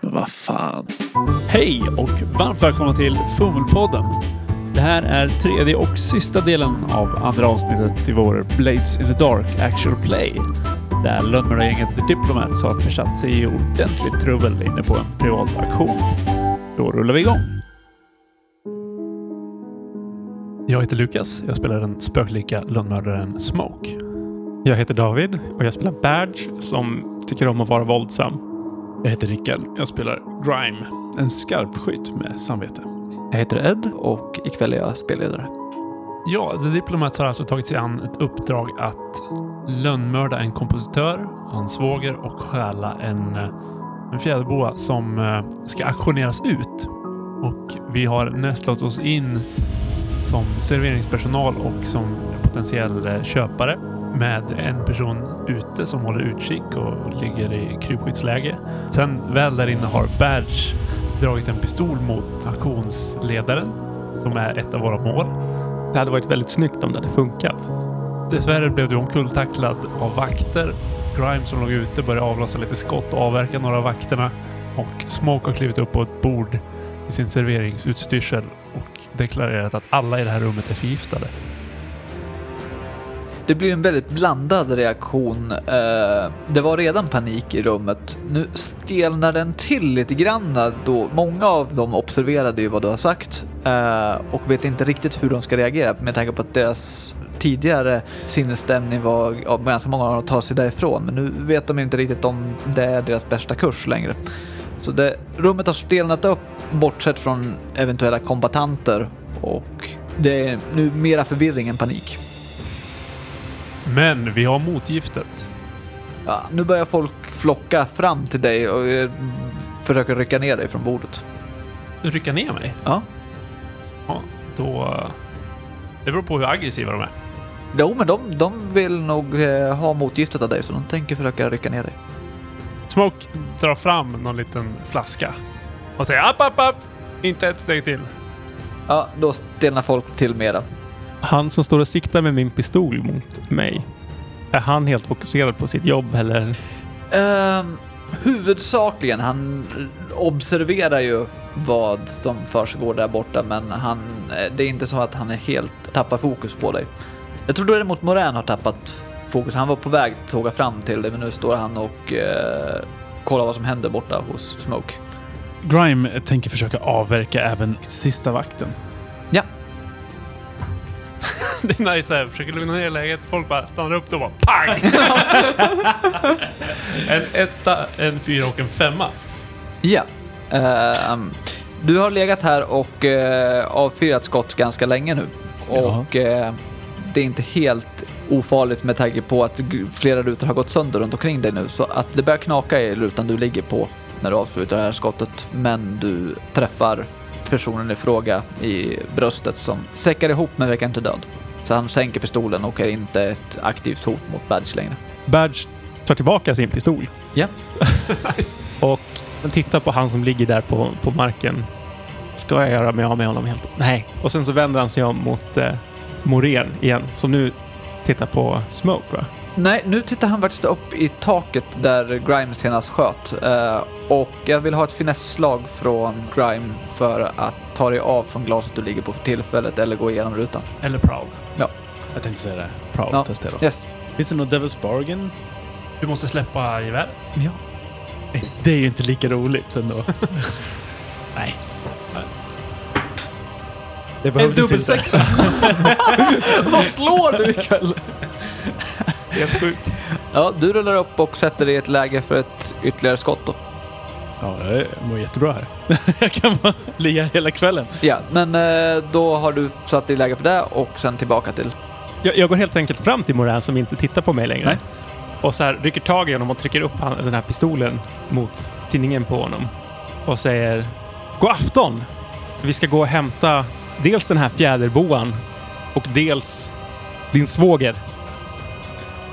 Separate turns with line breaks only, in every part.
vad fan. Hej och varmt välkomna till Fummelpodden. Det här är tredje och sista delen av andra avsnittet i vår Blades in the Dark Actual Play. Där lönnmördargänget The Diplomats har försatt sig i ordentligt trubbel inne på en privat auktion. Då rullar vi igång. Jag heter Lukas. Jag spelar den spöklika lönnmördaren Smoke.
Jag heter David och jag spelar Badge som tycker om att vara våldsam. Jag heter Rickard. Jag spelar Grime, en skarpskytt med samvete.
Jag heter Ed och ikväll är jag spelledare.
Ja, The Diplomats har alltså tagit sig an ett uppdrag att lönnmörda en kompositör, hans svåger och stjäla en, eh, en fjäderboa som eh, ska auktioneras ut. Och vi har nästlat oss in som serveringspersonal och som potentiell eh, köpare med en person ute som håller utkik och ligger i krypskyddsläge. Sen väl där inne har Badge dragit en pistol mot auktionsledaren som är ett av våra mål.
Det hade varit väldigt snyggt om det hade funkat.
Dessvärre blev du omkulltacklad av vakter. Grime som låg ute började avlossa lite skott och avverka några av vakterna. Och Smoke har klivit upp på ett bord i sin serveringsutstyrsel och deklarerat att alla i det här rummet är förgiftade.
Det blir en väldigt blandad reaktion. Eh, Det var redan panik i rummet. Nu stelnar den till lite grann då många av dem observerade ju vad du har sagt eh, och vet inte riktigt hur de ska reagera med tanke på att deras tidigare sinnesstämning var av ganska många av dem att ta sig därifrån. Men nu vet de inte riktigt om det är deras bästa kurs längre. Så det, rummet har stelnat upp bortsett från eventuella kombatanter och det är nu mera förvirring än panik.
Men vi har motgiftet.
Ja, nu börjar folk flocka fram till dig och eh, försöker rycka ner dig från bordet.
Du rycker ner mig?
Ja.
Ja, då... eh, Det beror på hur aggressiva de är.
Jo, men de, de vill nog eh, ha motgiftet av dig, så de tänker försöka rycka ner dig.
Smoke drar fram någon liten flaska och säger app, app, app! Inte ett steg till.
Ja, då stelnar folk till mera.
Han som står och siktar med min pistol mot mig. Är han helt fokuserad på sitt jobb eller?
Ehm, huvudsakligen, han observerar ju vad som försiggår där borta, men han, eh, det är inte så att han är helt tappar fokus på dig. Jag tror däremot Morän har tappat fokus. Han var på väg att tåga fram till dig, men nu står han och eh, kollar vad som händer borta hos Smoke.
Grime tänker försöka avverka även sista vakten.
Det är nice här, försöker lugna ner läget. Folk bara stannar upp då och bara pang! en etta, en fyra och en femma.
Ja. Ehm, du har legat här och eh, avfyrat skott ganska länge nu. Och eh, det är inte helt ofarligt med tanke på att g- flera rutor har gått sönder runt omkring dig nu. Så att det börjar knaka i rutan du ligger på när du avslutar det här skottet. Men du träffar personen i fråga i bröstet som säckar ihop men verkar inte död. Så han sänker pistolen och är inte ett aktivt hot mot Badge längre.
Badge tar tillbaka sin pistol
Ja.
Nice.
och tittar på han som ligger där på, på marken. Ska jag göra mig av med honom helt? Nej. Och sen så vänder han sig om mot eh, Morén igen som nu tittar på Smoke va?
Nej, nu tittar han faktiskt upp i taket där Grime senast sköt. Eh, och jag vill ha ett finesslag från Grime för att ta dig av från glaset du ligger på för tillfället eller gå igenom rutan.
Eller prowl.
Jag tänkte säga det. Prowl
Ja.
testera.
Yes.
Finns det någon Devil's Bargain?
Du måste släppa geväret.
Ja. Det är ju inte lika roligt ändå. Nej. Det behövdes inte.
Vad slår du ikväll?
Helt sjukt.
Ja, du rullar upp och sätter dig i ett läge för ett ytterligare skott då.
Ja, jag mår jättebra här. jag kan bara ligga här hela kvällen.
Ja, men eh, då har du satt dig i läge för det och sen tillbaka till...
Jag, jag går helt enkelt fram till Moran som inte tittar på mig längre.
Nej.
Och så här rycker tag i honom och trycker upp han, den här pistolen mot tinningen på honom. Och säger God afton! Vi ska gå och hämta dels den här fjäderboan och dels din svåger.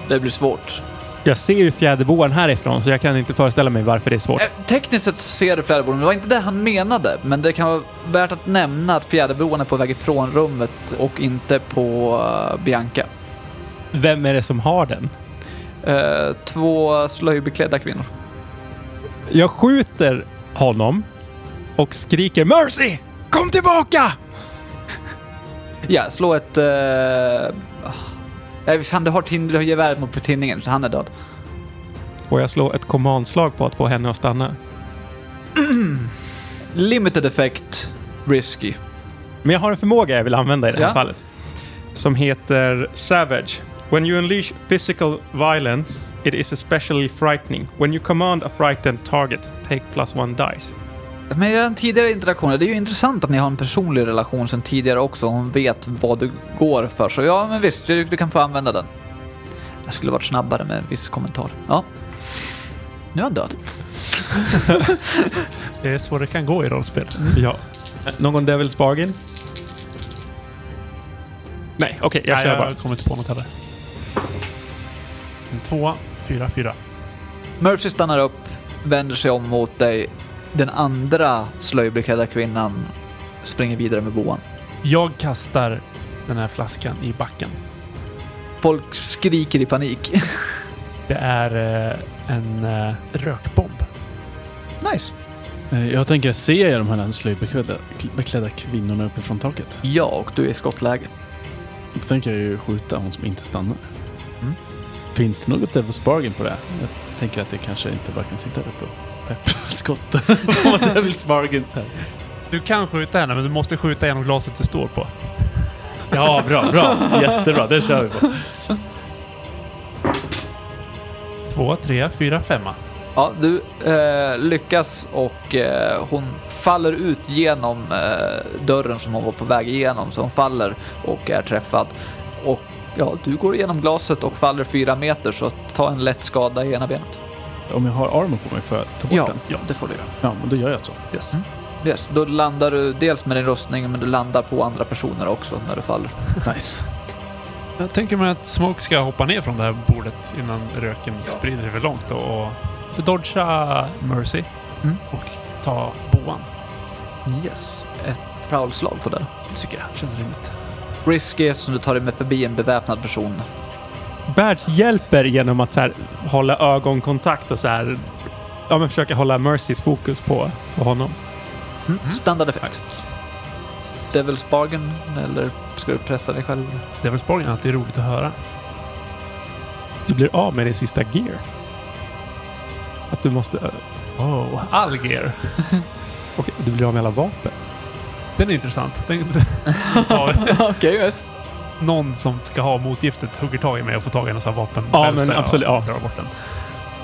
Det blir svårt.
Jag ser ju fjäderboan härifrån så jag kan inte föreställa mig varför det är svårt.
Eh, Tekniskt sett så ser du fjäderboarna, men det var inte det han menade. Men det kan vara värt att nämna att fjäderboarna är på väg ifrån rummet och inte på eh, Bianca.
Vem är det som har den?
Eh, två slöjbeklädda kvinnor.
Jag skjuter honom och skriker “Mercy! Kom tillbaka!”
Ja, slå ett... Uh... Nej, fan du har, tin- du har gevär mot tinningen så han är död.
Får jag slå ett kommandslag på att få henne att stanna?
Limited effect, risky.
Men jag har en förmåga jag vill använda i det här
Ja.
fallet. Som heter Savage. When you unleash physical violence, it is especially frightening. When you command a frightened target, take plus one dice.
Men redan tidigare interaktioner, det är ju intressant att ni har en personlig relation sedan tidigare också. Hon vet vad du går för. Så ja, men visst, du, du kan få använda den. Jag skulle varit snabbare med en viss kommentar. Ja. Nu är han död.
Det är så det kan gå i rollspel.
Ja. Någon Devil's Bargain? Nej, okej, jag
Nej,
kör bara.
jag kommer inte på något heller. En tvåa, fyra, fyra.
Mercy stannar upp, vänder sig om mot dig. Den andra slöjbeklädda kvinnan springer vidare med boan.
Jag kastar den här flaskan i backen.
Folk skriker i panik.
Det är eh, en eh, rökbomb.
nice.
Eh, Jag tänker, ser jag de här slöjbeklädda kl- beklädda kvinnorna uppe från taket?
Ja, och du är i skottläge.
Då tänker jag ju skjuta hon som inte stannar.
Mm.
Finns det något Devil's Bargain på det? Jag tänker att jag kanske inte bara kan sitta där uppe och peppra skott på Devil's Bargains här.
Du kan skjuta henne, men du måste skjuta genom glaset du står på.
Ja, bra, bra. Jättebra. Det kör vi på.
Två, tre, fyra, femma.
Ja, du eh, lyckas och eh, hon faller ut genom eh, dörren som hon var på väg igenom. Så hon faller och är träffad. Och ja, du går igenom glaset och faller fyra meter så ta en lätt skada i ena benet.
Om jag har armor på mig får jag ta bort
Ja,
den?
ja, det får du göra.
Ja, men då gör jag så.
Yes.
Yes, då landar du dels med din rustning men du landar på andra personer också när du faller.
Nice.
Jag tänker mig att Smoke ska hoppa ner från det här bordet innan röken sprider sig för långt och, och så dodga Mercy
Mm.
och ta boan.
Yes. Ett prowlslag på det.
Tycker jag känns rimligt.
Risky eftersom du tar dig med förbi en beväpnad person.
Bert hjälper genom att så här, hålla ögonkontakt och så här, ja, men försöka hålla Mercys fokus på, på honom.
Mm. Standard effekt. Devil's bargain eller ska du pressa dig själv?
Det är väl Borgen att det är roligt att höra.
Du blir av med din sista gear. Att du måste... ö-
Oh, Alger.
Och du blir av med alla vapen.
Den är intressant. Den, Ja,
Okej, visst.
någon som ska ha motgiftet hugger tag i mig och får tag i en sån här vapen.
Ja,
bälsta
men
och
absolut, ja.
Drar bort den.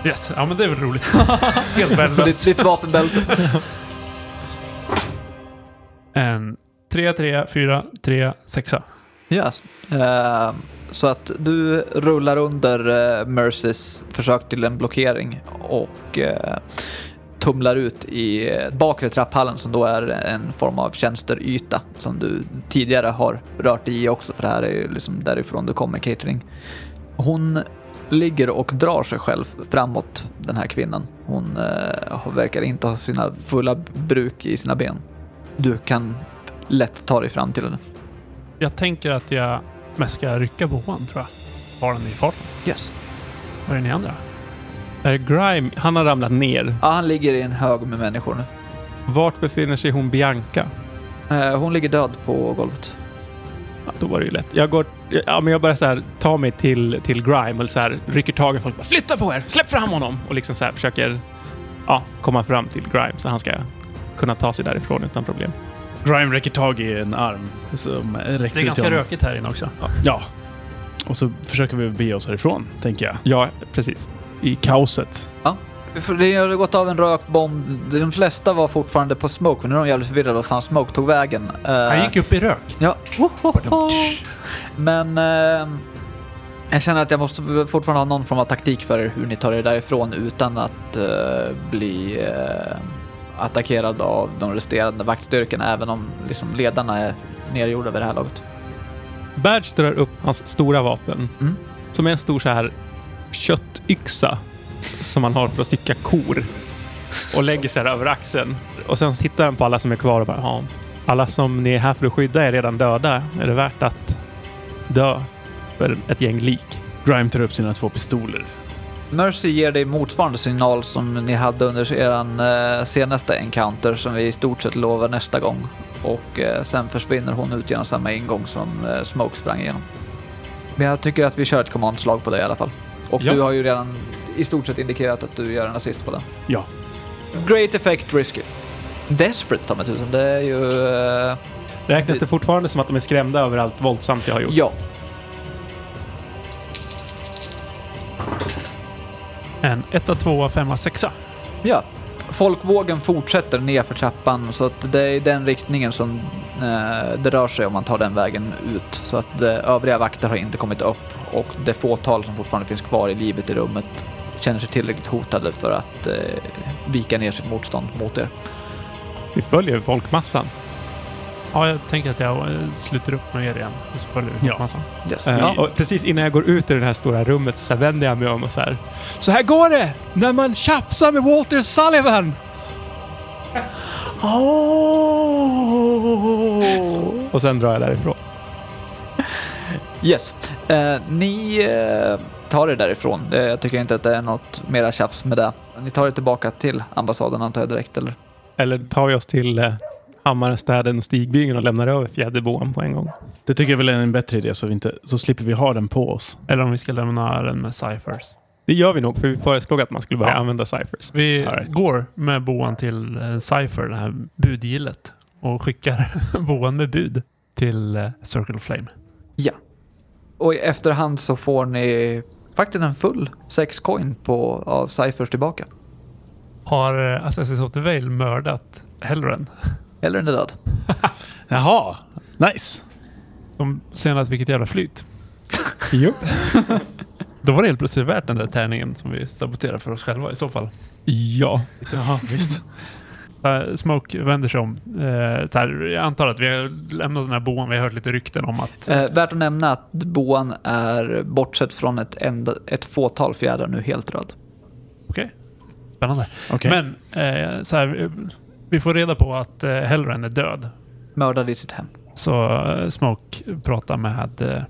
Yes, ja men det är väl roligt. Helt
Så ditt,
värdelöst.
ditt vapenbälte.
En Ehm, tre, tre, fyra, tre, sexa.
yes. Eh, så att du rullar under eh, Mercys försök till en blockering och eh, tumlar ut i eh, bakre trapphallen som då är en form av tjänsteryta som du tidigare har rört dig i också för det här är ju liksom därifrån du kommer catering. Hon ligger och drar sig själv framåt den här kvinnan. Hon eh, har- verkar inte ha sina fulla bruk i sina ben. Du kan lätt ta dig fram till henne.
Jag tänker att jag mest ska rycka boan tror jag. Har den i farten.
Yes.
Vad är ni andra?
Är Grime, han har ramlat ner.
Ja, han ligger i en hög med människor nu.
Vart befinner sig hon Bianca?
Eh, hon ligger död på golvet.
Ja, då var det ju lätt. Jag går... Ja, men jag bara så här, tar mig till, till Grime och så här, rycker tag i folk. Bara, Flytta på er! Släpp fram honom! Och liksom så här försöker ja, komma fram till Grime så han ska kunna ta sig därifrån utan problem.
Grime räcker tag i en arm som räcker
Det är
ut
ganska
till honom.
rökigt här inne också.
Ja. Och så försöker vi bege oss härifrån, tänker jag.
Ja, precis.
I kaoset.
För det har gått av en rökbomb. De flesta var fortfarande på smoke, men nu är de jävligt förvirrade vad fan smoke tog vägen. Eh,
Han gick upp i rök.
Ja. Men eh, jag känner att jag måste fortfarande ha någon form av taktik för hur ni tar er därifrån utan att eh, bli eh, attackerad av de resterande vaktstyrkorna, även om liksom, ledarna är nergjorda vid det här laget.
Badge drar upp hans stora vapen.
Mm.
Som är en stor så här köttyxa som man har för att stycka kor. Och lägger sig här över axeln. Och sen tittar han på alla som är kvar och bara ja, alla som ni är här för att skydda är redan döda. Är det värt att dö för ett gäng lik?
Grime tar upp sina två pistoler
Mercy ger dig motsvarande signal som ni hade under er senaste encounter som vi i stort sett lovar nästa gång. Och eh, sen försvinner hon ut genom samma ingång som eh, Smoke sprang igenom. Men jag tycker att vi kör ett kommandslag på dig i alla fall. Och
Ja.
du har ju redan i stort sett indikerat att du gör en assist på den.
Ja.
Great effect risky. Desperate ta mig tusan, det är ju... eh,
Räknas det fortfarande som att de är skrämda över allt våldsamt jag har gjort?
ja.
En etta, tvåa, femma, sexa.
Ja. Folkvågen fortsätter nerför trappan så att det är den riktningen som eh, det rör sig om man tar den vägen ut. Så att eh, övriga vakter har inte kommit upp och det fåtal som fortfarande finns kvar i livet i rummet känner sig tillräckligt hotade för att eh, vika ner sitt motstånd mot er.
Vi följer folkmassan.
Ja, jag tänker att jag eh, sluter upp med er igen. Och så följer vi
Ja.
massan.
Yes.
Eh, och precis innan jag går ut ur det här stora rummet så, så här vänder jag mig om och så här. Så här går det när man tjafsar med Walter Sullivan! Och sen drar jag därifrån.
Yes. Eh, ni eh, tar er därifrån. Eh, jag tycker inte att det är något mera tjafs med det. Ni tar er tillbaka till ambassaden antar jag direkt eller?
Eller tar vi oss till eh, Hammarstäden och Stigbyn och lämnar över fjäderboan på en gång?
Det tycker jag väl är en bättre idé så, vi inte, så slipper vi ha den på oss.
Eller om vi ska lämna den med ciphers.
Det gör vi nog, för vi föreslog att man skulle börja
Ja.
använda ciphers.
Vi
All right.
går med boan till en cipher, det här budgillet. Och skickar boan med bud till eh, Circle of Flame.
Ja. Och i efterhand så får ni faktiskt en full 6 coin på, av Cyphers tillbaka.
Har eh, Assassin's of the Veil mördat Helren?
Eller den är död.
Jaha, nice.
De senast vilket jävla flyt.
Jupp.
Då var det helt plötsligt värt den där tärningen som vi saboterade för oss själva i så fall.
Ja.
Jaha, visst.
Eh, Smoke vänder sig om. Eh, så här, jag antar att vi har lämnat den här boan. Vi har hört lite rykten om att...
Eh, värt att nämna att boan är, bortsett från ett, enda, ett fåtal fjädrar, nu helt röd.
Okej. Spännande.
Okej.
Men eh, så här, eh, vi får reda på att eh, Helren är död.
Mördad i sitt hem.
Så eh, Smoke pratar med eh,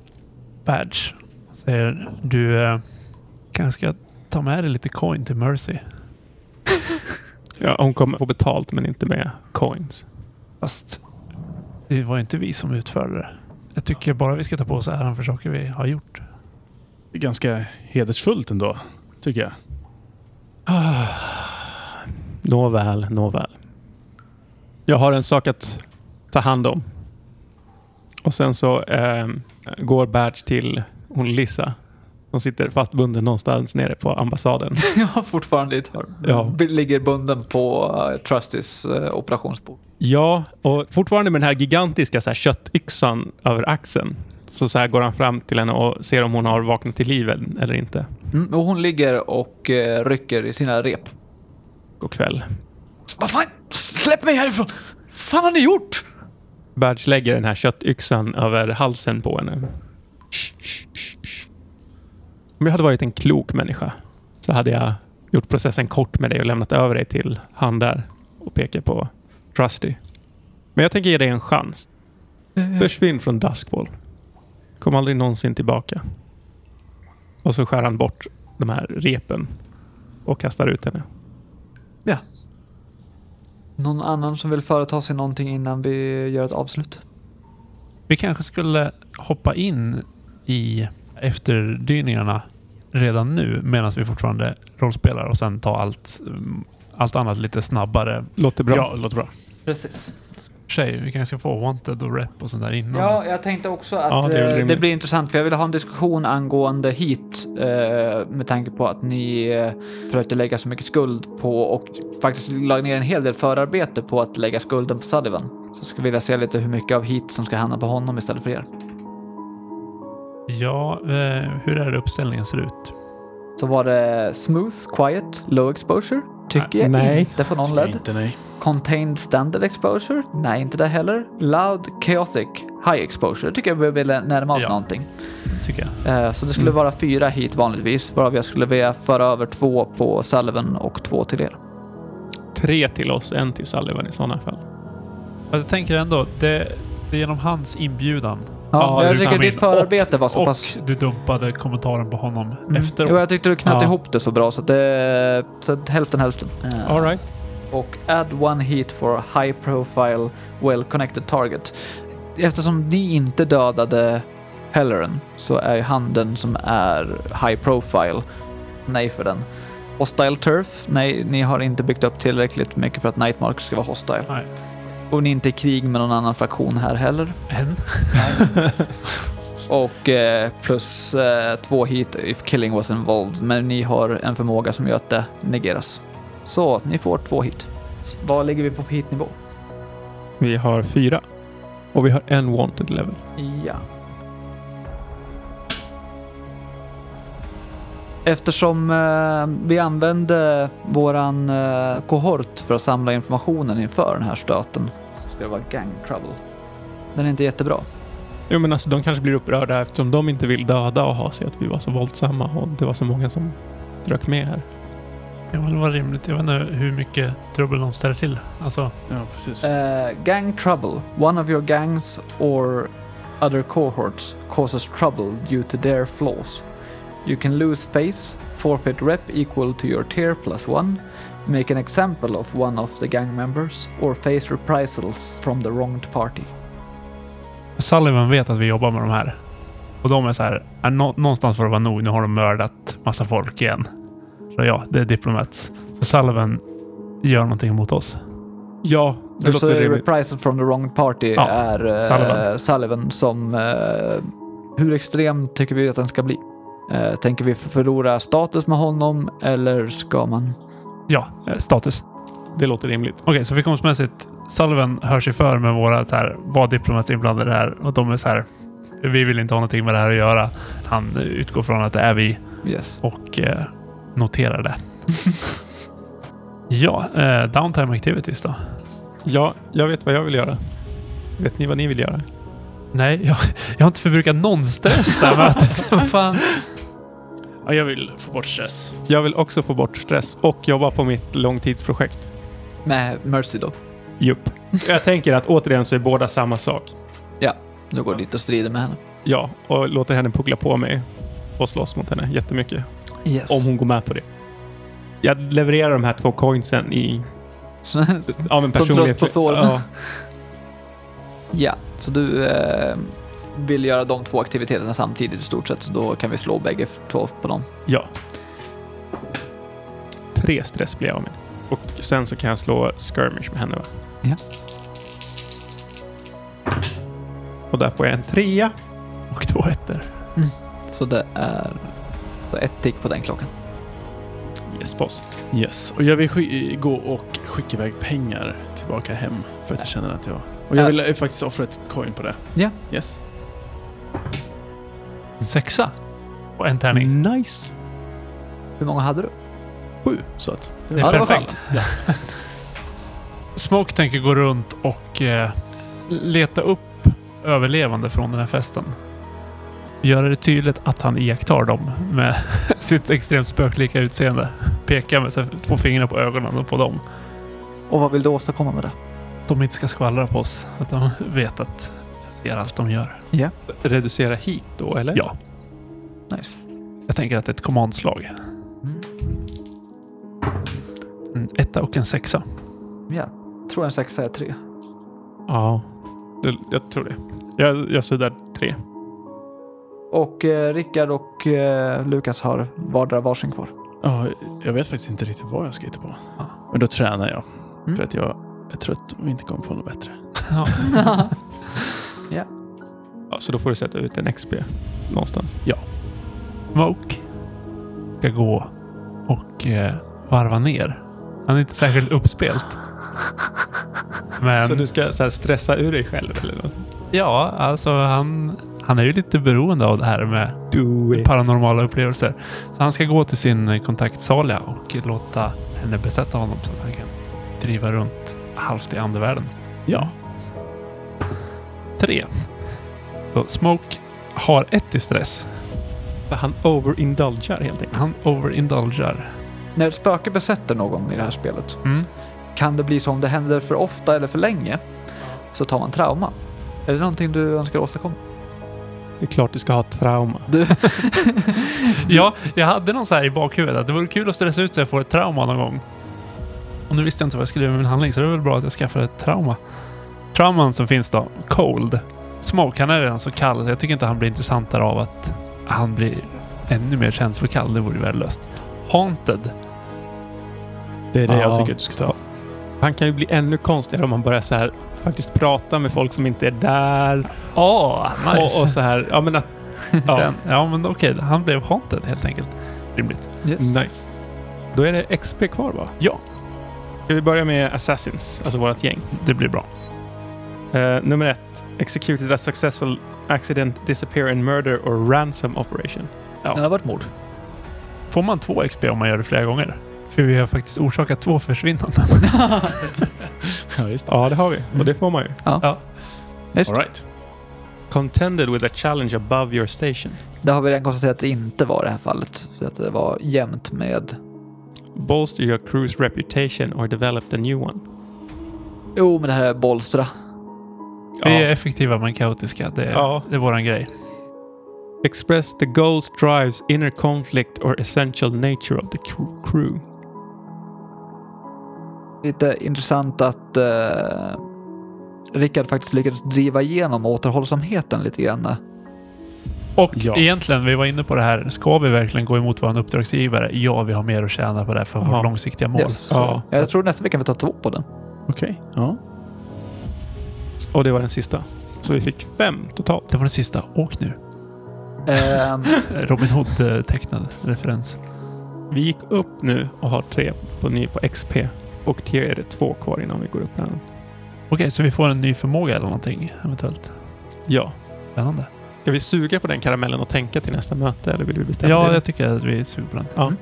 Badge. Säger du eh, kanske ska ta med dig lite coin till Mercy.
ja. Hon kommer få betalt men inte med coins.
Fast det var ju inte vi som utförde det. Jag tycker bara vi ska ta på oss äran för saker vi har gjort.
Det är ganska hedersfullt ändå, tycker jag.
Nåväl, nåväl. Jag har en sak att ta hand om. Och sen så ehm, går Batch till hon Lissa. Hon sitter fastbunden någonstans nere på ambassaden.
Jag har fortfarande i ett hörn.
Ja.
B- Ligger bunden på eh, Trustys eh, operationsbord.
Ja, och fortfarande med den här gigantiska så här, köttyxan över axeln. Så, så här går han fram till henne och ser om hon har vaknat till liv eller inte.
Mm, och hon ligger och eh, rycker i sina rep.
God kväll.
Vad fan? Släpp mig härifrån! fan har ni gjort?
Badge lägger den här köttyxan över halsen på henne. Om jag hade varit en klok människa så hade jag gjort processen kort med dig och lämnat över dig till han där och pekar på Trusty. Men jag tänker ge dig en chans. Försvinn från Duskball. Kom aldrig någonsin tillbaka. Och så skär han bort de här repen och kastar ut henne.
Ja. Någon annan som vill företa sig någonting innan vi gör ett avslut?
Vi kanske skulle hoppa in i efterdyningarna redan nu medan vi fortfarande rollspelar och sen ta allt, mm, allt annat lite snabbare.
Låter bra.
Ja, det låter bra.
Precis.
Tjej, vi kanske ska få Wanted och Rep och sånt där innan.
Ja, jag tänkte också att
Ja, det är väl
eh, det,
rimligt.
blir intressant för jag ville ha en diskussion angående hit eh, med tanke på att ni eh, försökte lägga så mycket skuld på och faktiskt la ner en hel del förarbete på att lägga skulden på Sullivan. Så skulle vilja se lite hur mycket av hit som ska hamna på honom istället för er.
Ja, eh, hur är det uppställningen ser ut?
Så var det smooth, quiet, low exposure. Tycker jag
Nej.
inte på någon led.
Inte nej.
Contained standard exposure? Nej, inte det heller. Loud chaotic high exposure? Jag tycker vi vill närma oss
Ja.
någonting.
Tycker jag.
Eh, Så det skulle vara fyra hit vanligtvis, varav jag skulle vilja föra över två på Salven och två till er.
Tre till oss, en till Sullivan i sådana fall.
Alltså, Fast jag tänker ändå, det, det är genom hans inbjudan Ja,
jag
du
tycker
kom
ditt
in.
förarbete var så
och
pass... Mm.
du dumpade kommentaren på honom
Jo,
efteråt.
jag tyckte du knöt
Ja.
ihop det så bra så att det... Så att hälften hälften. Eh,
All right.
Och add one hit for a high profile well connected target. Eftersom ni inte dödade Helleran så är ju han den som är high profile. Nej för den. Hostile turf? Nej, ni har inte byggt upp tillräckligt mycket för att Nightmark ska vara hostile.
Nej.
Och ni är inte i krig med någon annan fraktion här heller.
En.
Och eh, plus eh, två hit if killing was involved, men ni har en förmåga som gör att det negeras. Så ni får två hit. Vad ligger vi på för hitnivå?
Vi har fyra. Och vi har en wanted level.
Ja. Eftersom eh, vi använde våran eh, kohort för att samla informationen inför den här stöten. Ska det vara gang trouble? Den är inte jättebra.
Jo men alltså de kanske blir upprörda eftersom de inte vill döda och ha sig att vi var så våldsamma och det var så många som strök med här.
Det var vara rimligt. Jag vet inte hur mycket trubbel de ställer till. Alltså,
Ja, precis.
Uh, gang trouble. One of your gangs or other cohorts causes trouble due to their flaws. You can lose face, forfeit rep equal to your tier plus one, make an example of one of the gang members, or face reprisals from the wronged party.
Sullivan vet att vi jobbar med de här. Och de är så här, "Ah, nå- någonstans får det vara nog. Nu har de mördat massa folk igen. Så ja, det är diplomats. Så Sullivan gör någonting mot oss.
Ja, det
så
låter
är
rimligt.
reprisal from the wronged party
Ja,
är eh,
Sullivan.
Sullivan som... eh, hur extrem tycker vi att den ska bli? Eh, tänker vi förlora status med honom eller ska man
Ja, eh, status.
Det låter rimligt.
Okej, så friktionsmässigt. Salven hör sig för med våra så här, vad diplomats inblandade är och de är så här. Vi vill inte ha någonting med det här att göra. Han eh, utgår från att det är vi
Yes.
och eh, noterar det. ja, eh, downtime activities då?
Ja, jag vet vad jag vill göra. Vet ni vad ni vill göra?
Nej, jag, jag har inte förbrukat någon stress det här mötet. Vad Fan.
Ja, jag vill få bort stress.
Jag vill också få bort stress och jobba på mitt långtidsprojekt.
Med Mercy då.
Jupp. Jag tänker att återigen så är båda samma sak.
Du går dit och strider med henne.
Ja, och låter henne puggla på mig och slåss mot henne jättemycket.
Yes.
Om hon går med på det. Jag levererar de här två coinsen i... Av en
Som
personlig...
tröst på såren.
Ja,
ja, så du eh, vill göra de två aktiviteterna samtidigt i stort sett, så då kan vi slå bägge två på dem.
ja. Tre stress blir jag av med. Och sen så kan jag slå skirmish med henne va?
Ja.
Och där får jag en trea.
Och två ettor.
Så det är så ett tick på den klockan.
Yes boss.
Yes. Och jag vill sk- gå och skicka iväg pengar tillbaka hem. För att jag känner att jag... Och jag vill eh, faktiskt offra ett coin på det.
Ja.
Yes.
En sexa. Och en tärning.
Nice.
Hur många hade du?
Sju. Så att...
Det är
Ja, det var
perfekt. Smoke tänker gå runt och eh, leta upp överlevande från den här festen. Göra det tydligt att han iakttar dem med sitt extremt spöklika utseende. Peka med så här, två fingrar på ögonen och på dem.
Och vad vill du åstadkomma med det?
De inte ska skvallra på oss. Att de vet att jag ser allt de gör.
Reducera hit då eller?
Ja,
Nice.
jag tänker att det är ett kommandslag.
Mm.
En etta och en sexa.
Ja, tror en sexa är tre.
Ja. Jag, jag tror det. Jag, jag suddar tre.
Och eh, Rickard och eh, Lukas har vardera varsin kvar.
Ja, jag vet faktiskt inte riktigt vad jag ska hitta på.
Ja.
Men då tränar jag.
Mm.
För att jag är trött och inte kommer på något bättre.
Ja.
Ja, så då får du sätta ut en XP någonstans.
Smoke ska gå och eh, varva ner. Han är inte särskilt uppspelt. Men
Så du ska så här, stressa ur dig själv eller något?
ja, alltså han, han är ju lite beroende av det här med
Do
paranormala upplevelser. Så han ska gå till sin eh, kontakt Salia och låta henne besätta honom så att han kan driva runt halvt i andevärlden.
Ja.
Tre. Så Smoke har ett i stress.
Han overindulgar helt enkelt.
Han overindulgar.
När ett spöke besätter någon i det här spelet
Mm.
kan det bli så om det händer för ofta eller för länge så tar man trauma. Är det någonting du önskar åstadkomma?
Det är klart du ska ha ett trauma.
Du,
Ja, jag hade någon så här i bakhuvudet att det vore kul att stressa ut så jag får ett trauma någon gång. Och nu visste jag inte vad jag skulle göra med min handling så det är väl bra att jag skaffar ett trauma. Trauman som finns då, cold. Smoke, han är redan så kall så jag tycker inte han blir intressantare av att han blir ännu mer känslokall. Det vore ju värdelöst. Haunted.
Det är det jag
Ja.
tycker att du ska ta.
Han kan ju bli ännu konstigare om man börjar så här faktiskt prata med folk som inte är där.
Åh, nice.
Och, och så här, ja men att... Ja,
Den. Ja, men okej. Han blev haunted helt enkelt. Rimligt.
nice. Då är det XP kvar va?
Ja.
Ska vi börja med Assassins, alltså vårt gäng?
Det blir bra.
Eh, nummer ett. Executed a successful accident, disappear and murder or ransom operation.
det har varit mord.
Får man två XP om man gör det flera gånger? För vi har faktiskt orsakat två försvinnanden.
Ja, just
Ja, det har vi. Och det får man ju.
All right.
Contended with a challenge above your station.
Det har vi redan konstaterat att det inte var i det här fallet. Så att det var jämnt med...
Bolster your crew's reputation or develop a new one.
Jo, men det här är Bolstra.
Vi är
Ja.
effektiva men kaotiska. Det är,
Ja.
det är våran grej.
Express the goals, drives, inner conflict or essential nature of the cr- crew.
Lite intressant att eh, Rickard faktiskt lyckades driva igenom återhållsamheten lite grann.
Och
Ja.
egentligen, vi var inne på det här. Ska vi verkligen gå emot vår uppdragsgivare? Ja, vi har mer att tjäna på det här för
Ja.
vårt långsiktiga mål.
Yes.
Ja.
Jag tror nästa vecka vi tar två på den.
Okej. Ja.
Och det var den sista. Så vi fick fem totalt.
Det var den sista. Åk nu.
Ehm,
Robin Hood-tecknad referens.
Vi gick upp nu och har tre på ny på XP. Och till er är det två kvar innan vi går upp här.
Okej, så vi får en ny förmåga eller någonting eventuellt.
Ja.
Spännande.
Ska vi suga på den karamellen och tänka till nästa möte eller vill vi bestämma
Ja,
det?
jag tycker att vi är suger på den.
Ja.
Mm.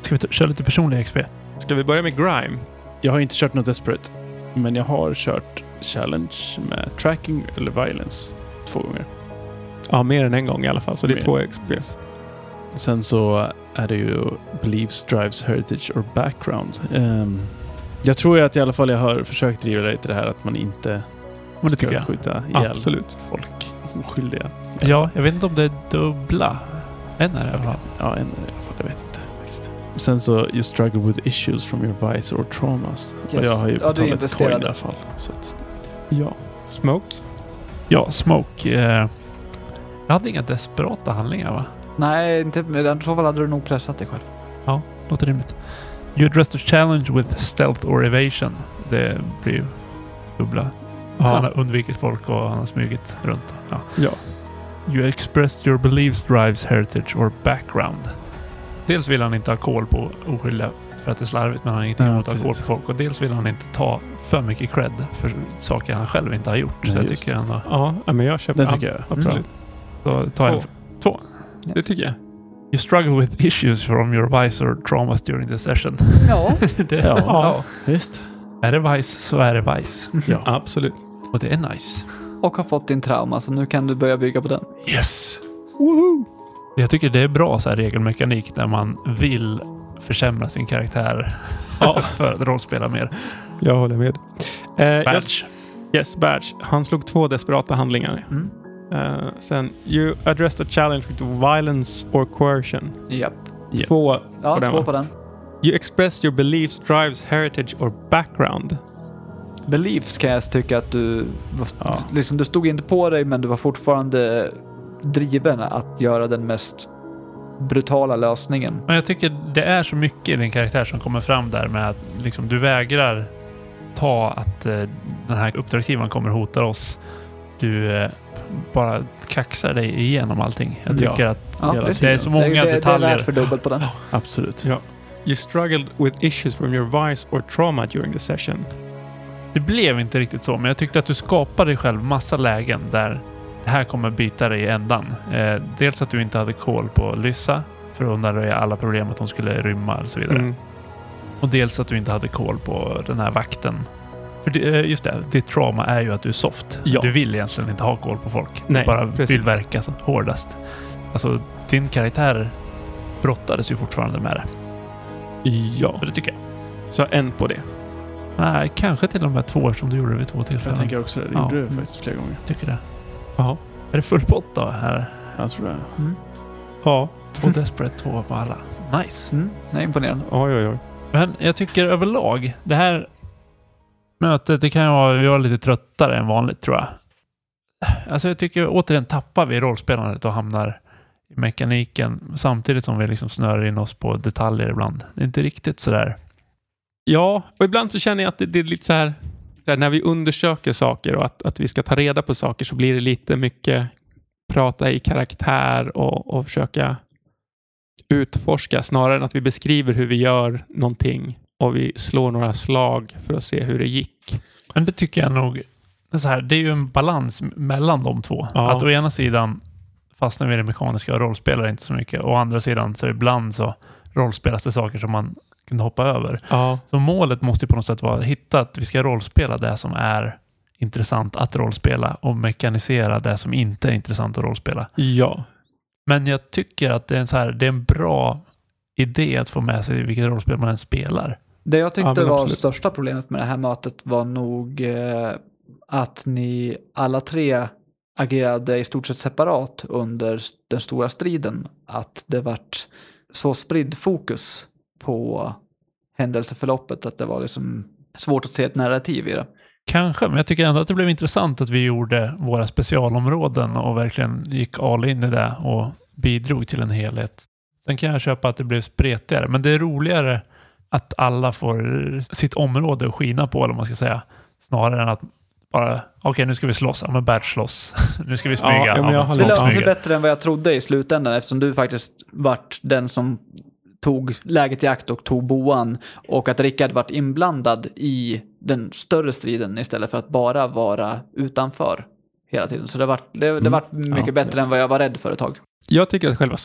Ska vi ta, köra lite personlig XP?
Ska vi börja med Grime?
Jag har inte kört något Desperate, men jag har kört Challenge med Tracking eller Violence två gånger.
Ja, mer än en gång i alla fall. Så det är
Mer.
två XPs.
Sen så är det ju Beliefs, Drives, Heritage or Background. Ehm, jag tror ju att i alla fall jag har försökt driva dig till det här att man inte
Men det
ska
tycker jag.
skjuta ihjäl
Absolut.
folk. Oskyldiga.
Ja, jag vet inte om det är dubbla. En är det i alla fall.
Ja, en i alla fall. Jag vet inte. faktiskt. Sen så, you struggle with issues from your vice or traumas. Och
Yes.
jag har ju
Ja, du
betalat ett coin i
investerade.
alla fall. Så att,
Ja. Smoke?
Ja, Smoke. Eh, jag hade inga desperata handlingar va?
nej, inte med den. I så fall hade du nog pressat dig själv.
Låter rimligt. You address the challenge with stealth or evasion. Det blir ju dubbla. Han har undvikit folk och han har smugit runt. Ja.
Ja.
You expressed your beliefs, drives, heritage or background. Dels vill han inte ha koll på oskyldiga för att det är slarvigt, men han har ingenting
Ja,
emot att ha koll på
precis.
folk. Och dels vill han inte ta för mycket cred för saker han själv inte har gjort.
Nej,
så jag
just
tycker han har...
Ja, ja, men jag Mm. köper
den tycker jag.
Ja, Absolut.
Så ta en
Två.
Två.
Det tycker jag.
You struggle with issues from your vice or traumas during the session.
Ja.
det,
Ja.
Ja.
Visst.
Är det vice så är det vice.
Absolut.
Och det är nice.
Och har fått din trauma, så nu kan du börja bygga på den.
Yes!
Woohoo!
Jag tycker det är bra så här regelmekanik när man vill försämra sin karaktär
Ja.
för att rollspela mer.
Jag håller med. Eh, jag-
Badge.
Yes, Badge. Han slog två desperata handlingar.
Mm.
Eh, sen, you addressed a challenge with violence or coercion.
Japp.
Ja.
Två.
Ja,
På den,
två
va?
på den.
You expressed your beliefs, drives, heritage or background.
Beliefs kan jag tycka att du... var-
Ja.
Liksom, du stod inte på dig, men du var fortfarande driven att göra den mest brutala lösningen.
Men jag tycker det är så mycket i din karaktär som kommer fram där med att liksom, du vägrar ta att eh, den här uppdragsgivaren kommer hota oss. Du eh, bara kaxar dig igenom allting. Jag
Ja.
tycker att
Ja,
Hela
visst.
det är så många
det, det, Det är
detaljer.
värt för dubbelt på den.
Absolut.
Ja. You struggled with issues from your vice or trauma during the session.
Det blev inte riktigt så, men jag tyckte att du skapade dig själv massa lägen där det här kommer bita dig i ändan. Eh, dels att du inte hade koll på Lyssa för att undanröja alla problem att hon skulle rymma och så vidare.
Mm.
Och dels att du inte hade koll på den här vakten. För det, eh, just det, ditt trauma är ju att du är soft.
Ja.
Du vill egentligen inte ha koll på folk.
Nej,
du bara
precis.
vill verka så hårdast. Alltså, din karaktär brottades ju fortfarande med det.
Ja.
Så det tycker jag.
Så en på det.
Nej, kanske till och med två eftersom du gjorde det vid två tillfällen.
Jag tänker också det. Det
Ja.
gjorde du faktiskt flera gånger.
tycker det.
Jaha.
Är det full pott då? Här?
Jag tror det.
Ja.
Två desperate, två på alla. Nice.
Mm. Det är imponerande.
Oj, oj, oj.
Men jag tycker överlag, det här mötet, det kan ju vara, vi var lite tröttare än vanligt tror jag. Alltså jag tycker återigen tappar vi rollspelandet och hamnar i mekaniken samtidigt som vi liksom snöar in oss på detaljer ibland. Det är inte riktigt sådär.
Ja, och ibland så känner jag att det, det är lite så här, där när vi undersöker saker och att, att vi ska ta reda på saker så blir det lite mycket prata i karaktär och, och försöka utforska snarare än att vi beskriver hur vi gör någonting och vi slår några slag för att se hur det gick.
Men det tycker jag nog, det är, så här, det är ju en balans mellan de två.
Ja.
Att å ena sidan fastnar vi i det mekaniska och rollspelar inte så mycket. Å andra sidan så ibland så rollspelas det saker som man kunde hoppa över.
Ja,
Så målet måste ju på något sätt vara att hitta att vi ska rollspela det som är intressant att rollspela och mekanisera det som inte är intressant att rollspela.
ja.
Men jag tycker att det är en, så här, det är en bra idé att få med sig vilket rollspel man än spelar.
Det jag
Ja,
tyckte
men
var
absolut.
största problemet med det här mötet var nog eh, att ni alla tre agerade i stort sett separat under den stora striden. Att det vart så spridd fokus på händelseförloppet att det var liksom svårt att se ett narrativ i det.
Kanske, men jag tycker ändå att det blev intressant att vi gjorde våra specialområden och verkligen gick all in i det och bidrog till en helhet. Sen kan jag köpa att det blev spretigare, men det är roligare att alla får sitt område att skina på, eller vad man ska säga, snarare än att bara, okej nu ska vi slåss, ja men Bert slåss, nu ska vi smyga,
Ja, ja, men jag har
Det
Tom
lite-
löste sig
smyger.
bättre än vad jag trodde i slutändan eftersom du faktiskt vart den som tog läget i akt och tog boan och att Rickard vart inblandad i den större striden istället för att bara vara utanför hela tiden. Så det vart, det, det vart mycket
Ja,
bättre än vad jag var rädd för ett tag.
Jag tycker att själva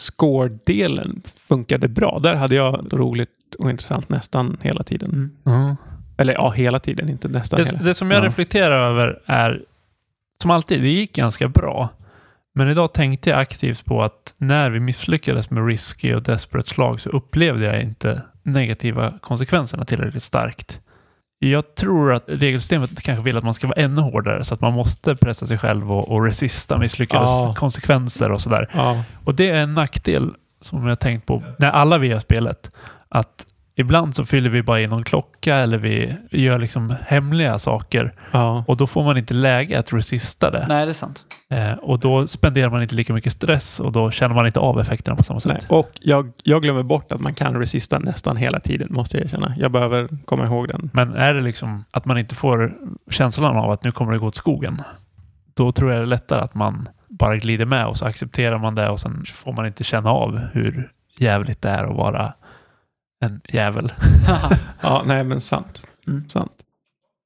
score-delen funkade bra. Där hade jag roligt och intressant nästan hela tiden.
Mm.
Eller ja, hela tiden, inte nästan
Det,
hela.
det som jag
Ja.
reflekterar över är, som alltid, det gick ganska bra. Men idag tänkte jag aktivt på att när vi misslyckades med risky och desperate slag så upplevde jag inte negativa konsekvenserna tillräckligt starkt. Jag tror att regelsystemet kanske vill att man ska vara ännu hårdare så att man måste pressa sig själv och, och resista misslyckades
Ja.
konsekvenser och sådär.
Ja,
Och det är en nackdel som jag tänkt på när alla vi gör spelet. Att ibland så fyller vi bara i någon klocka eller vi gör liksom hemliga saker
ja.
och då får man inte läge att resista det.
Nej, det är sant.
Eh, och då spenderar man inte lika mycket stress och då känner man inte av effekterna på samma
Nej,
sätt.
och jag, jag glömmer bort att man kan resista nästan hela tiden, måste jag erkänna. Jag behöver komma ihåg den.
Men är det liksom att man inte får känslan av att nu kommer det gå åt skogen, då tror jag det är lättare att man bara glider med och så accepterar man det och sen får man inte känna av hur jävligt det är att vara en jävel.
Ja, nej, men sant.
Mm.
sant.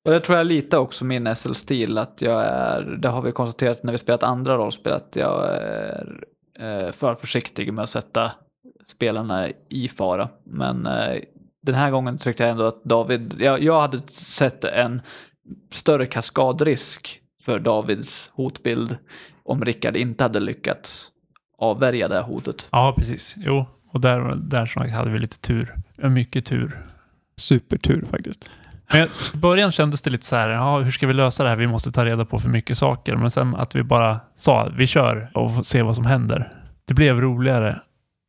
Och det tror jag lite också min SL-stil att jag är, det har vi konstaterat när vi spelat andra rollspel, att jag är eh, för försiktig med att sätta spelarna i fara. Men eh, den här gången tyckte jag ändå att David, jag, jag hade sett en större kaskadrisk för Davids hotbild om Rickard inte hade lyckats avvärja det här hotet.
Ja, precis. Jo, och där, där som sagt hade vi lite tur. Ja, Mycket tur.
Supertur faktiskt.
Men jag- i början kändes det lite så här, ja, hur ska vi lösa det här? Vi måste ta reda på för mycket saker. Men sen att vi bara sa, vi kör och får se vad som händer. Det blev roligare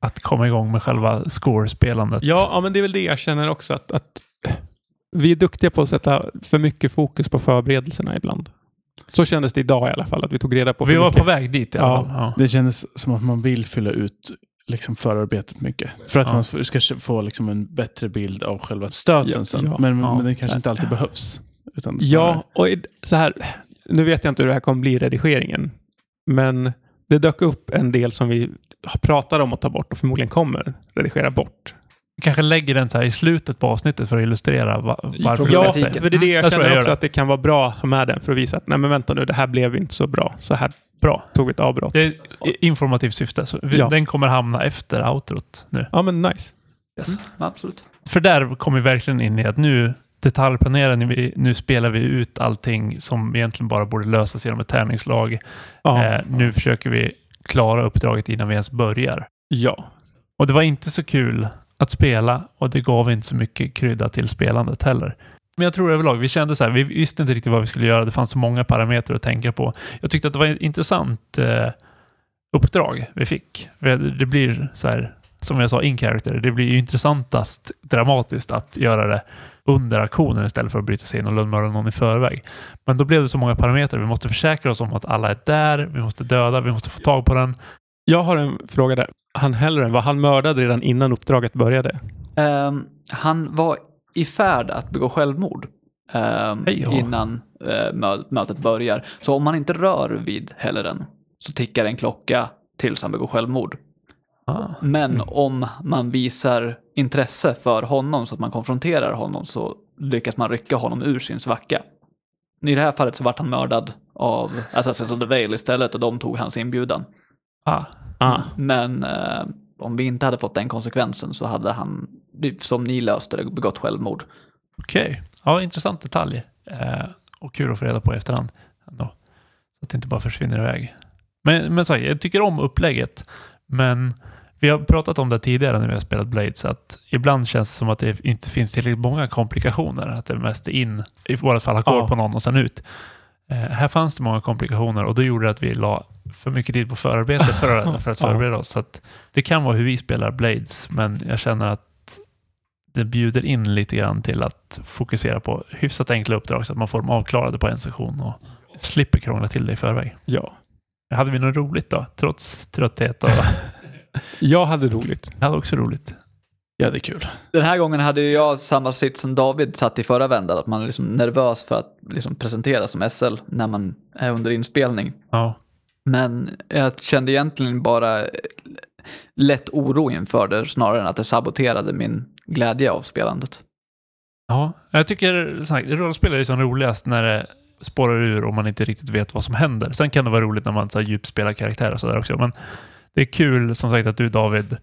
att komma igång med själva scorespelandet.
Ja, ja, men det är väl det jag känner också, att, att vi är duktiga på att sätta för mycket fokus på förberedelserna ibland. Så kändes det idag i alla fall, att vi tog reda på
vi
för
var
mycket.
på väg dit i alla
Ja.
fall. Ja.
Det kändes som att man vill fylla ut liksom förarbetet mycket. För att
Ja.
man ska få liksom en bättre bild av själva stöten
Ja,
sen.
ja,
men,
ja.
men det kanske inte alltid behövs. Utan snarare-
Ja, och i- så här, nu vet jag inte hur det här kommer bli i redigeringen, men det dök upp en del som vi pratar om att ta bort och förmodligen kommer redigera bort.
Vi kanske lägger den så här i slutet på avsnittet för att illustrera va- varför det
Ja,
blev
för
så
det
här.
är det jag,
Jag tror
känner
jag gör
också,
det.
att det kan vara bra att ha med den för att visa att nej men vänta nu, det här blev inte så bra. Så här
Bra.
tog vi ett avbrott.
Det är i- informativt syfte. Så vi,
Ja.
Den kommer hamna efter outrot nu.
Ja, men nice.
Yes.
Absolut.
För där kom vi verkligen in i att nu detaljplanerar ni, nu spelar vi ut allting som egentligen bara borde lösas genom ett tärningslag.
Ja,
Eh, nu försöker vi klara uppdraget innan vi ens börjar.
ja.
Och det var inte så kul att spela och det gav inte så mycket krydda till spelandet heller. Men jag tror överlag, vi kände så här, vi visste inte riktigt vad vi skulle göra. Det fanns så många parametrar att tänka på. Jag tyckte att det var ett intressant eh, uppdrag vi fick. Vi- Det blir så här, som jag sa, in character. Det blir ju intressantast dramatiskt att göra det under aktionen istället för att bryta sig in och lönnmörda någon i förväg. Men då blev det så många parametrar. Vi måste försäkra oss om att alla är där. Vi måste döda, vi måste få tag på den.
Jag har en fråga där. Han Hellren, var han mördad redan innan uppdraget började?
Ehm, han var i färd att begå självmord ehm,
Hej då.
innan eh, mö- mötet börjar. Så om han inte rör vid Helleren så tickar en klocka tills han begår självmord.
Ah.
Men om man visar intresse för honom så att man konfronterar honom så lyckas man rycka honom ur sin svacka. I det här fallet så vart han mördad av Assassins of the Veil istället och de tog hans inbjudan.
Ah.
Ah.
Men eh, om vi inte hade fått den konsekvensen så hade han, som ni löste det, begått självmord.
Okej, ja, intressant detalj. Eh, och kul att få reda på i efterhand. Ändå. Så att det inte bara försvinner iväg. Men, men så, jag tycker om upplägget. Men vi har pratat om det tidigare när vi har spelat Blade. Så att ibland känns det som att det inte finns tillräckligt många komplikationer. Att det mest är in, i vårt fall, har koll
Ja.
på någon och sen ut. Eh, här fanns det många komplikationer och då gjorde det att vi la för mycket tid på förarbete för att, för att
Ja.
förbereda oss. Så att det kan vara hur vi spelar Blades, men jag känner att det bjuder in lite grann till att fokusera på hyfsat enkla uppdrag så att man får dem avklarade på en session och slipper krångla till det i förväg.
Ja.
Hade vi något roligt då, trots trötthet? Och...
Jag hade roligt.
Jag hade också roligt.
Ja, det är kul.
Den här gången hade ju jag samma sitt som David satt i förra vändan, att man är liksom nervös för att liksom presentera som SL när man är under inspelning.
Ja.
Men jag kände egentligen bara eh, lätt oro inför det snarare än att det saboterade min glädje av spelandet.
ja, jag tycker som sagt, rollspel är ju som roligast när det spårar ur och man inte riktigt vet vad som händer. Sen kan det vara roligt när man så här, djupspelar karaktärer och sådär också. Men det är kul som sagt att du David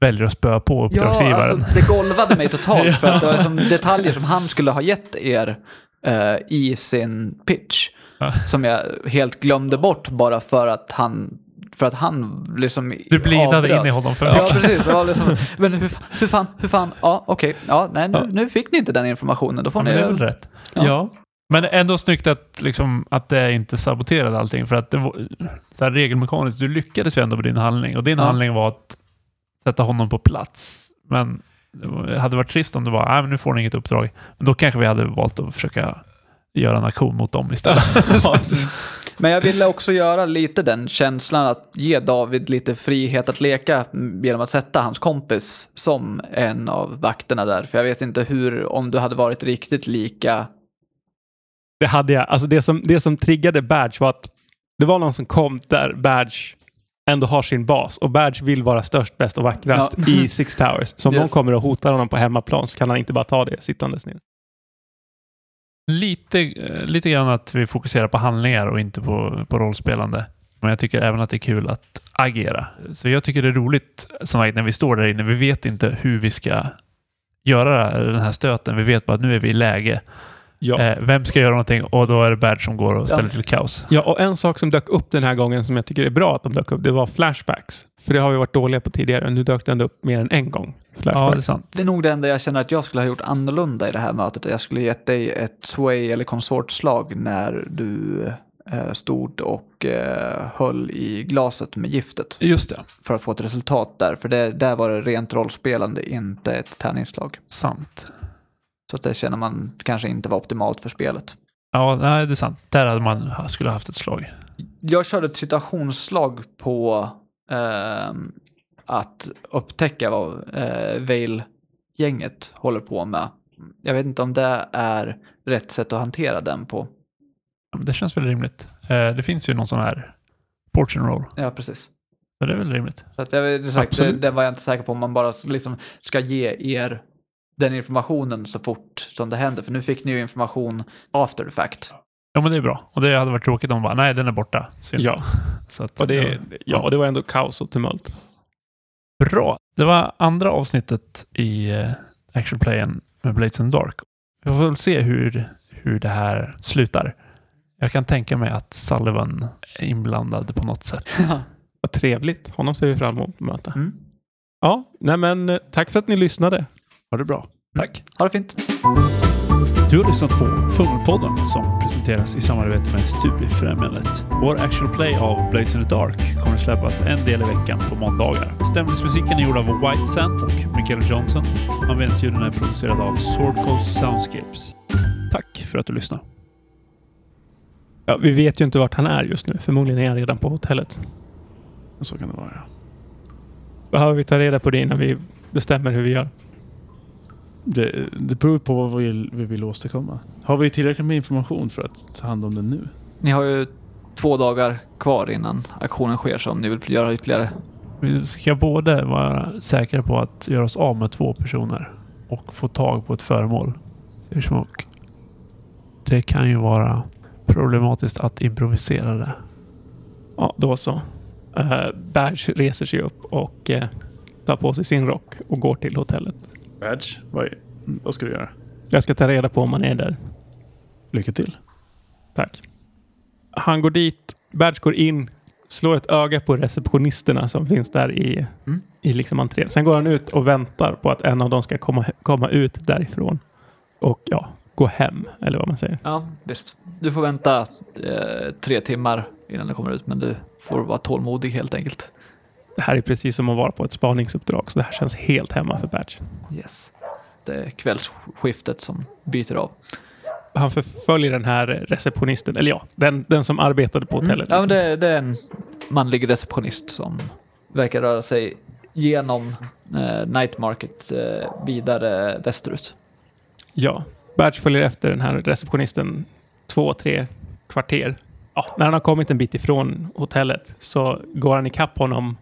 väljer att spöa på uppdragsgivaren.
alltså, det golvade mig totalt för att det var liksom detaljer som han skulle ha gett er eh, i sin pitch
Ja.
som jag helt glömde bort bara för att han för att han liksom
Du blidade in i
avbröts.
honom för
Ja,
mycket.
precis. Det var liksom, men hur, fan- hur fan, hur fan, ja okej, ja nej nu, nu fick ni inte den informationen, då får
Men det är väl
ni...
rätt.
Ja.
Men ändå snyggt att, liksom, att det inte saboterade allting. För att det var, så här, regelmekaniskt, du lyckades ju ändå med din handling. Och din
Ja.
handling var att sätta honom på plats. Men det var- det hade varit trist om det var, nej men nu får ni inget uppdrag. Men då kanske vi hade valt att försöka göra en aktion mot dem istället.
Men jag ville också göra lite den känslan att ge David lite frihet att leka genom att sätta hans kompis som en av vakterna där. För jag vet inte hur, om du hade varit riktigt lika
Det hade jag. Alltså det som, det som triggade Badge var att det var någon som kom där Badge ändå har sin bas och Badge vill vara störst, bäst och vackrast
Ja.
i Six Towers. Så om
Yes.
någon kommer och hotar honom på hemmaplan så kan han inte bara ta det sittandes ner.
lite, eh, lite grann att vi fokuserar på handlingar och inte på, på rollspelande. Men jag tycker även att det är kul att agera. Så jag tycker det är roligt som sagt, när vi står där inne. Vi vet inte hur vi ska göra den här stöten. Vi vet bara att nu är vi i läge.
Ja.
Eh, vem ska göra någonting? Och då är det Bert som går och ställer till kaos.
Ja, och en sak som dök upp den här gången som jag tycker är bra att de dök upp, det var flashbacks. För det har vi varit dåliga på tidigare. Nu dök det ändå upp mer än en gång.
Ja, det är
Flashbacks.
sant.
Det är nog det enda jag känner att jag skulle ha gjort annorlunda i det här mötet. Jag skulle gett dig ett sway eller konsortslag när du eh, stod och eh, höll i glaset med giftet
Just det.
för att få ett resultat där. För det, där var det rent rollspelande, inte ett tärningsslag.
Sant.
Så att det känner man kanske inte var optimalt för spelet.
Ja, nej, det är sant. Där hade man skulle haft ett slag.
Jag körde ett situationsslag på ehm, att upptäcka vad eh, Vail-gänget håller på med. Jag vet inte om det är rätt sätt att hantera den på.
Ja, men Det känns väl rimligt. Eh, det finns ju någon sån här fortune roll.
Ja, precis.
Så det är väl rimligt.
Så att jag, det är sagt, det,
Absolut.
den var jag inte säker på om man bara liksom ska ge er den informationen så fort som det händer. För nu fick ni ju information after the fact.
Ja, men det är bra. Och det hade varit tråkigt om de bara, nej, den är borta. Synd.
Ja,
Så att,
och
ja.
det, ja, och det var ändå kaos och tumult.
Bra. Det var andra avsnittet i eh, actionplayen med Blades and Dark. Vi får väl se hur, hur det här slutar. Jag kan tänka mig att Sullivan är inblandad på något sätt.
Vad trevligt. Honom ser vi fram emot att möta.
Mm.
Ja, nej men eh, tack för att ni lyssnade.
Ha det bra.
Tack.
Ha det fint.
Du har lyssnat på Fågelpodden som presenteras i samarbete med Studiefrämjandet. Vår actual play av Blades in the Dark kommer att släppas en del i veckan på måndagar. Stämningsmusiken är gjord av White Sand och Michael Johnson. Användningsljuden är producerad av Sword Coast Soundscapes. Tack för att du lyssnade.
Ja, vi vet ju inte vart han är just nu. Förmodligen är han redan på hotellet.
Så kan det vara.
Behöver vi ta reda på det innan vi bestämmer hur vi gör?
Det, det beror på vad vi, vi vill åstadkomma. Har vi tillräckligt med information för att ta hand om det nu?
Ni har ju två dagar kvar innan aktionen sker så om ni vill göra ytterligare.
Vi ska både vara säkra på att göra oss av med två personer och få tag på ett föremål. Ser smak. Det kan ju vara problematiskt att improvisera det.
Ja, då så. Uh, Badge reser sig upp och eh, tar på sig sin rock och går till hotellet.
Badge, vad, är- mm, vad ska du göra?
Jag ska ta reda på om han är där.
Lycka till.
Tack. Han går dit, Badge går in, slår ett öga på receptionisterna som finns där i,
Mm.
i liksom entrén. Sen går han ut och väntar på att en av dem ska komma, komma ut därifrån. Och ja, gå hem, eller vad man säger.
Ja, visst. Du får vänta eh, tre timmar innan det kommer ut men du får vara tålmodig helt enkelt.
Det här är precis som att vara på ett spaningsuppdrag, så det här känns helt hemma för Badge.
Yes. Det är kvällsskiftet som byter av.
Han förföljer den här receptionisten, eller ja, den, den som arbetade på hotellet.
Mm. Ja, men
liksom.
det, det är en manlig receptionist som verkar röra sig genom eh, night market eh, vidare västerut.
Ja, Badge följer efter den här receptionisten två, tre kvarter. Ja, när han har kommit en bit ifrån hotellet så går han ikapp honom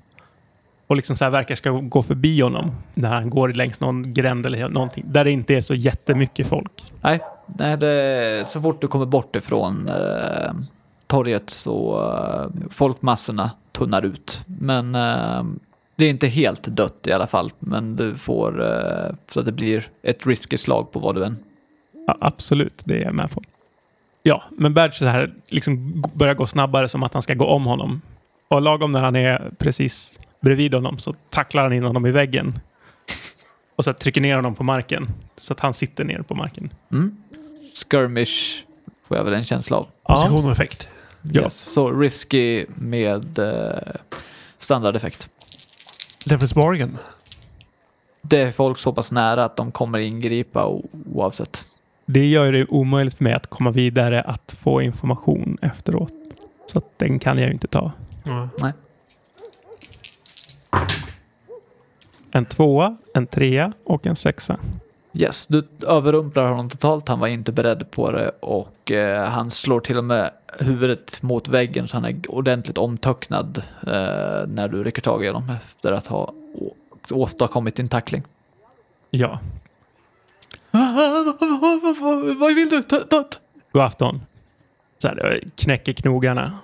och liksom så här verkar ska gå förbi honom när han går längs någon gränd eller någonting där det inte är så jättemycket folk.
Nej, nej det, så fort du kommer bort ifrån eh, torget så eh, folkmassorna tunnar ut. Men eh, det är inte helt dött i alla fall, men du får eh, så att det blir ett risky slag på vad du än
Ja, absolut, det är jag med på. Ja, men Badge så här liksom g- börjar gå snabbare som att han ska gå om honom. Och lagom när han är precis bredvid honom så tacklar han in honom i väggen. Och så här trycker ner honom på marken så att han sitter ner på marken.
Mm. Skirmish får jag väl en känsla av.
Position och effekt.
Ja.
Yes. Så risky med eh, standardeffekt.
Leverage bargain.
Det är folk så pass nära att de kommer ingripa o- oavsett.
Det gör det omöjligt för mig att komma vidare att få information efteråt. Så att den kan jag ju inte ta.
Nej.
En tvåa, en trea och en sexa.
Yes, du överrumplar honom totalt. Han var inte beredd på det och eh, han slår till och med huvudet mot väggen så han är ordentligt omtöcknad eh, när du rycker tag i honom efter att ha å- åstadkommit din tackling.
Ja,
Vad vill du?
god afton. Så här, jag knäcker knogarna.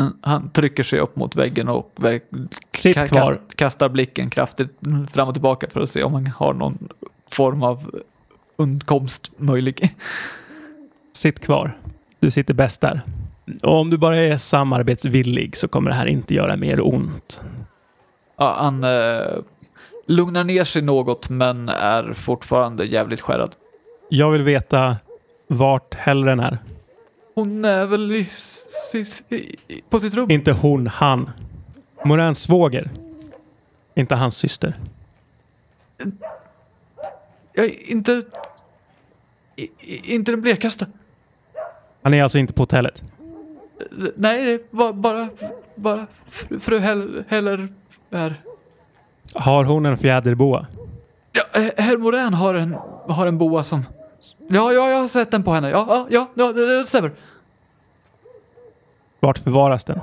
Mm, Han trycker sig upp mot väggen och verk-
Sitt
Ka-
kvar.
kast- Kastar blicken kraftigt fram och tillbaka för att se om han har någon form av undkomst möjlig.
Sitt kvar. Du sitter bäst där. Och om du bara är samarbetsvillig så kommer det här inte göra mer ont.
Ja, han eh, lugnar ner sig något men är fortfarande jävligt skärrad.
Jag vill veta vart Hellren är.
Hon är väl i, s- s- i, på sitt rum?
Inte hon, han. Morans svåger. Inte hans syster.
Ja, inte... i- i- Inte den blekaste.
Han är alltså inte på hotellet.
Nej, det var bara, bara fru, fru Hell, Heller är...
Har hon en fjäderboa?
Ja, eh, herr Morän har en, har en boa som... Ja, ja, jag har sett den på henne. Ja, ja, ja, ja det, det stämmer.
Vart förvaras den?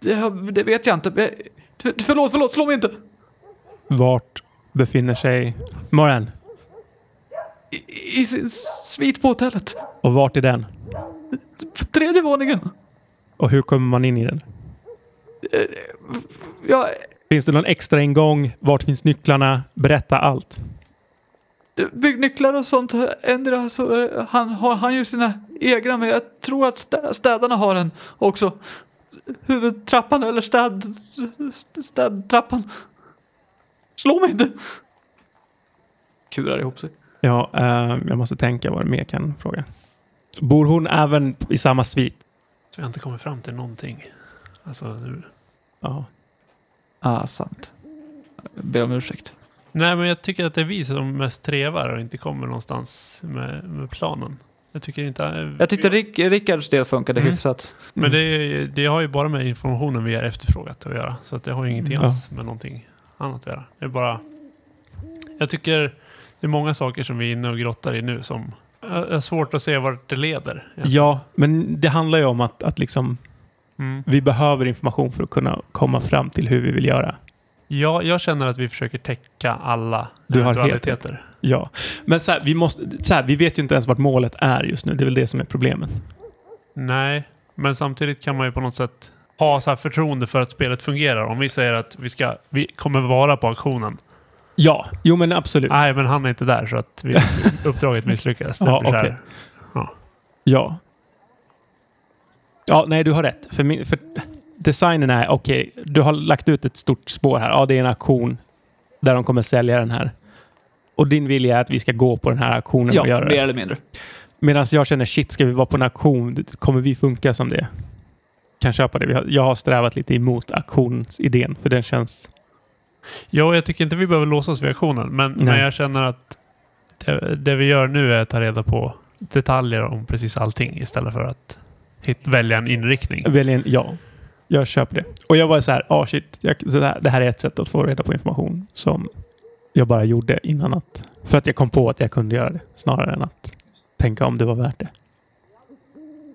Det, har- det vet jag inte. Jag- för- Förlåt, förlåt, slå mig inte.
Vart befinner sig Moran?
I, i sin svit på hotellet.
Och vart är den?
På tredje våningen.
Och hur kommer man in i den?
Ja,
Finns det någon extra ingång? Vart finns nycklarna? Berätta allt.
byggnycklar och sånt. Ändra så eh, han har han ju sina egna, men jag tror att stä, städarna har en också. Huvudtrappan eller städ, st- städtrappan. Slå mig inte. Kurar ihop sig.
Ja, eh, jag måste tänka vad det mer kan fråga. Bor hon även i samma svit?
Så jag har inte kommit fram till någonting. Alltså, nu.
Ja.
Ah, sant. Jag ber om ursäkt.
Nej, men jag tycker att det är vi som mest trevar och inte kommer någonstans med, med planen. Jag tycker inte...
Jag tyckte Rick, Rickards del funkade
Mm.
hyfsat.
Men det, är ju- det har ju bara med informationen vi har efterfrågat att göra. Så att det har ju ingenting
Ja.
alls med någonting annat att göra. Det är bara... Jag tycker det är många saker som vi är inne och grottar i nu som är är svårt att se vart det leder.
ja, men det handlar ju om att, att liksom,
Mm.
vi behöver information för att kunna komma fram till hur vi vill göra.
Ja, jag känner att vi försöker täcka alla
Du har helt
eventualiteter.
Ja, men så här, vi, måste, så här, vi vet ju inte ens vart målet är just nu. Det är väl det som är problemet.
Nej, men samtidigt kan man ju på något sätt ha så här förtroende för att spelet fungerar. Om vi säger att vi, ska, vi kommer vara på auktionen.
Ja, jo men absolut.
Nej, men han är inte där så att vi, uppdraget misslyckades. Det
Ja,
blir så här.
okej. Ja. Ja, nej, du har rätt. För, min, för designen är, okej, du har lagt ut ett stort spår här. Ja, det är en auktion där de kommer sälja den här. Och din vilja är att vi ska gå på den här auktionen och
Ja,
göra
mer
det.
eller mindre.
Medan jag känner, shit, ska vi vara på en auktion? Kommer vi funka som det? Kan köpa det. Vi har- Jag har strävat lite emot auktionsidén, för den känns...
Ja, jag tycker inte vi behöver låsa oss vid aktionen, men, men
Nej.
jag känner att det, det vi gör nu är att ta reda på detaljer om precis allting istället för att hit, välja en inriktning.
Väljen, ja. Jag köper det. Och jag var så här, ah shit, jag, så det, här, det här är ett sätt att få reda på information som jag bara gjorde innan att... För att jag kom på att jag kunde göra det snarare än att tänka om det var värt det.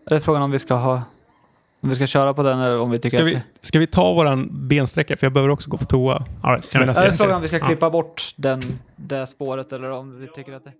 Det är frågan om vi ska ha... Om vi ska köra på den eller om vi tycker
Ska
att...
vi, ska vi ta våran bensträcka? För jag behöver också gå på toa.
All right, kan vi
Men
Det
alltså-
är
ses?
frågan om vi ska
Ja.
klippa bort den, det spåret eller om vi tycker att det...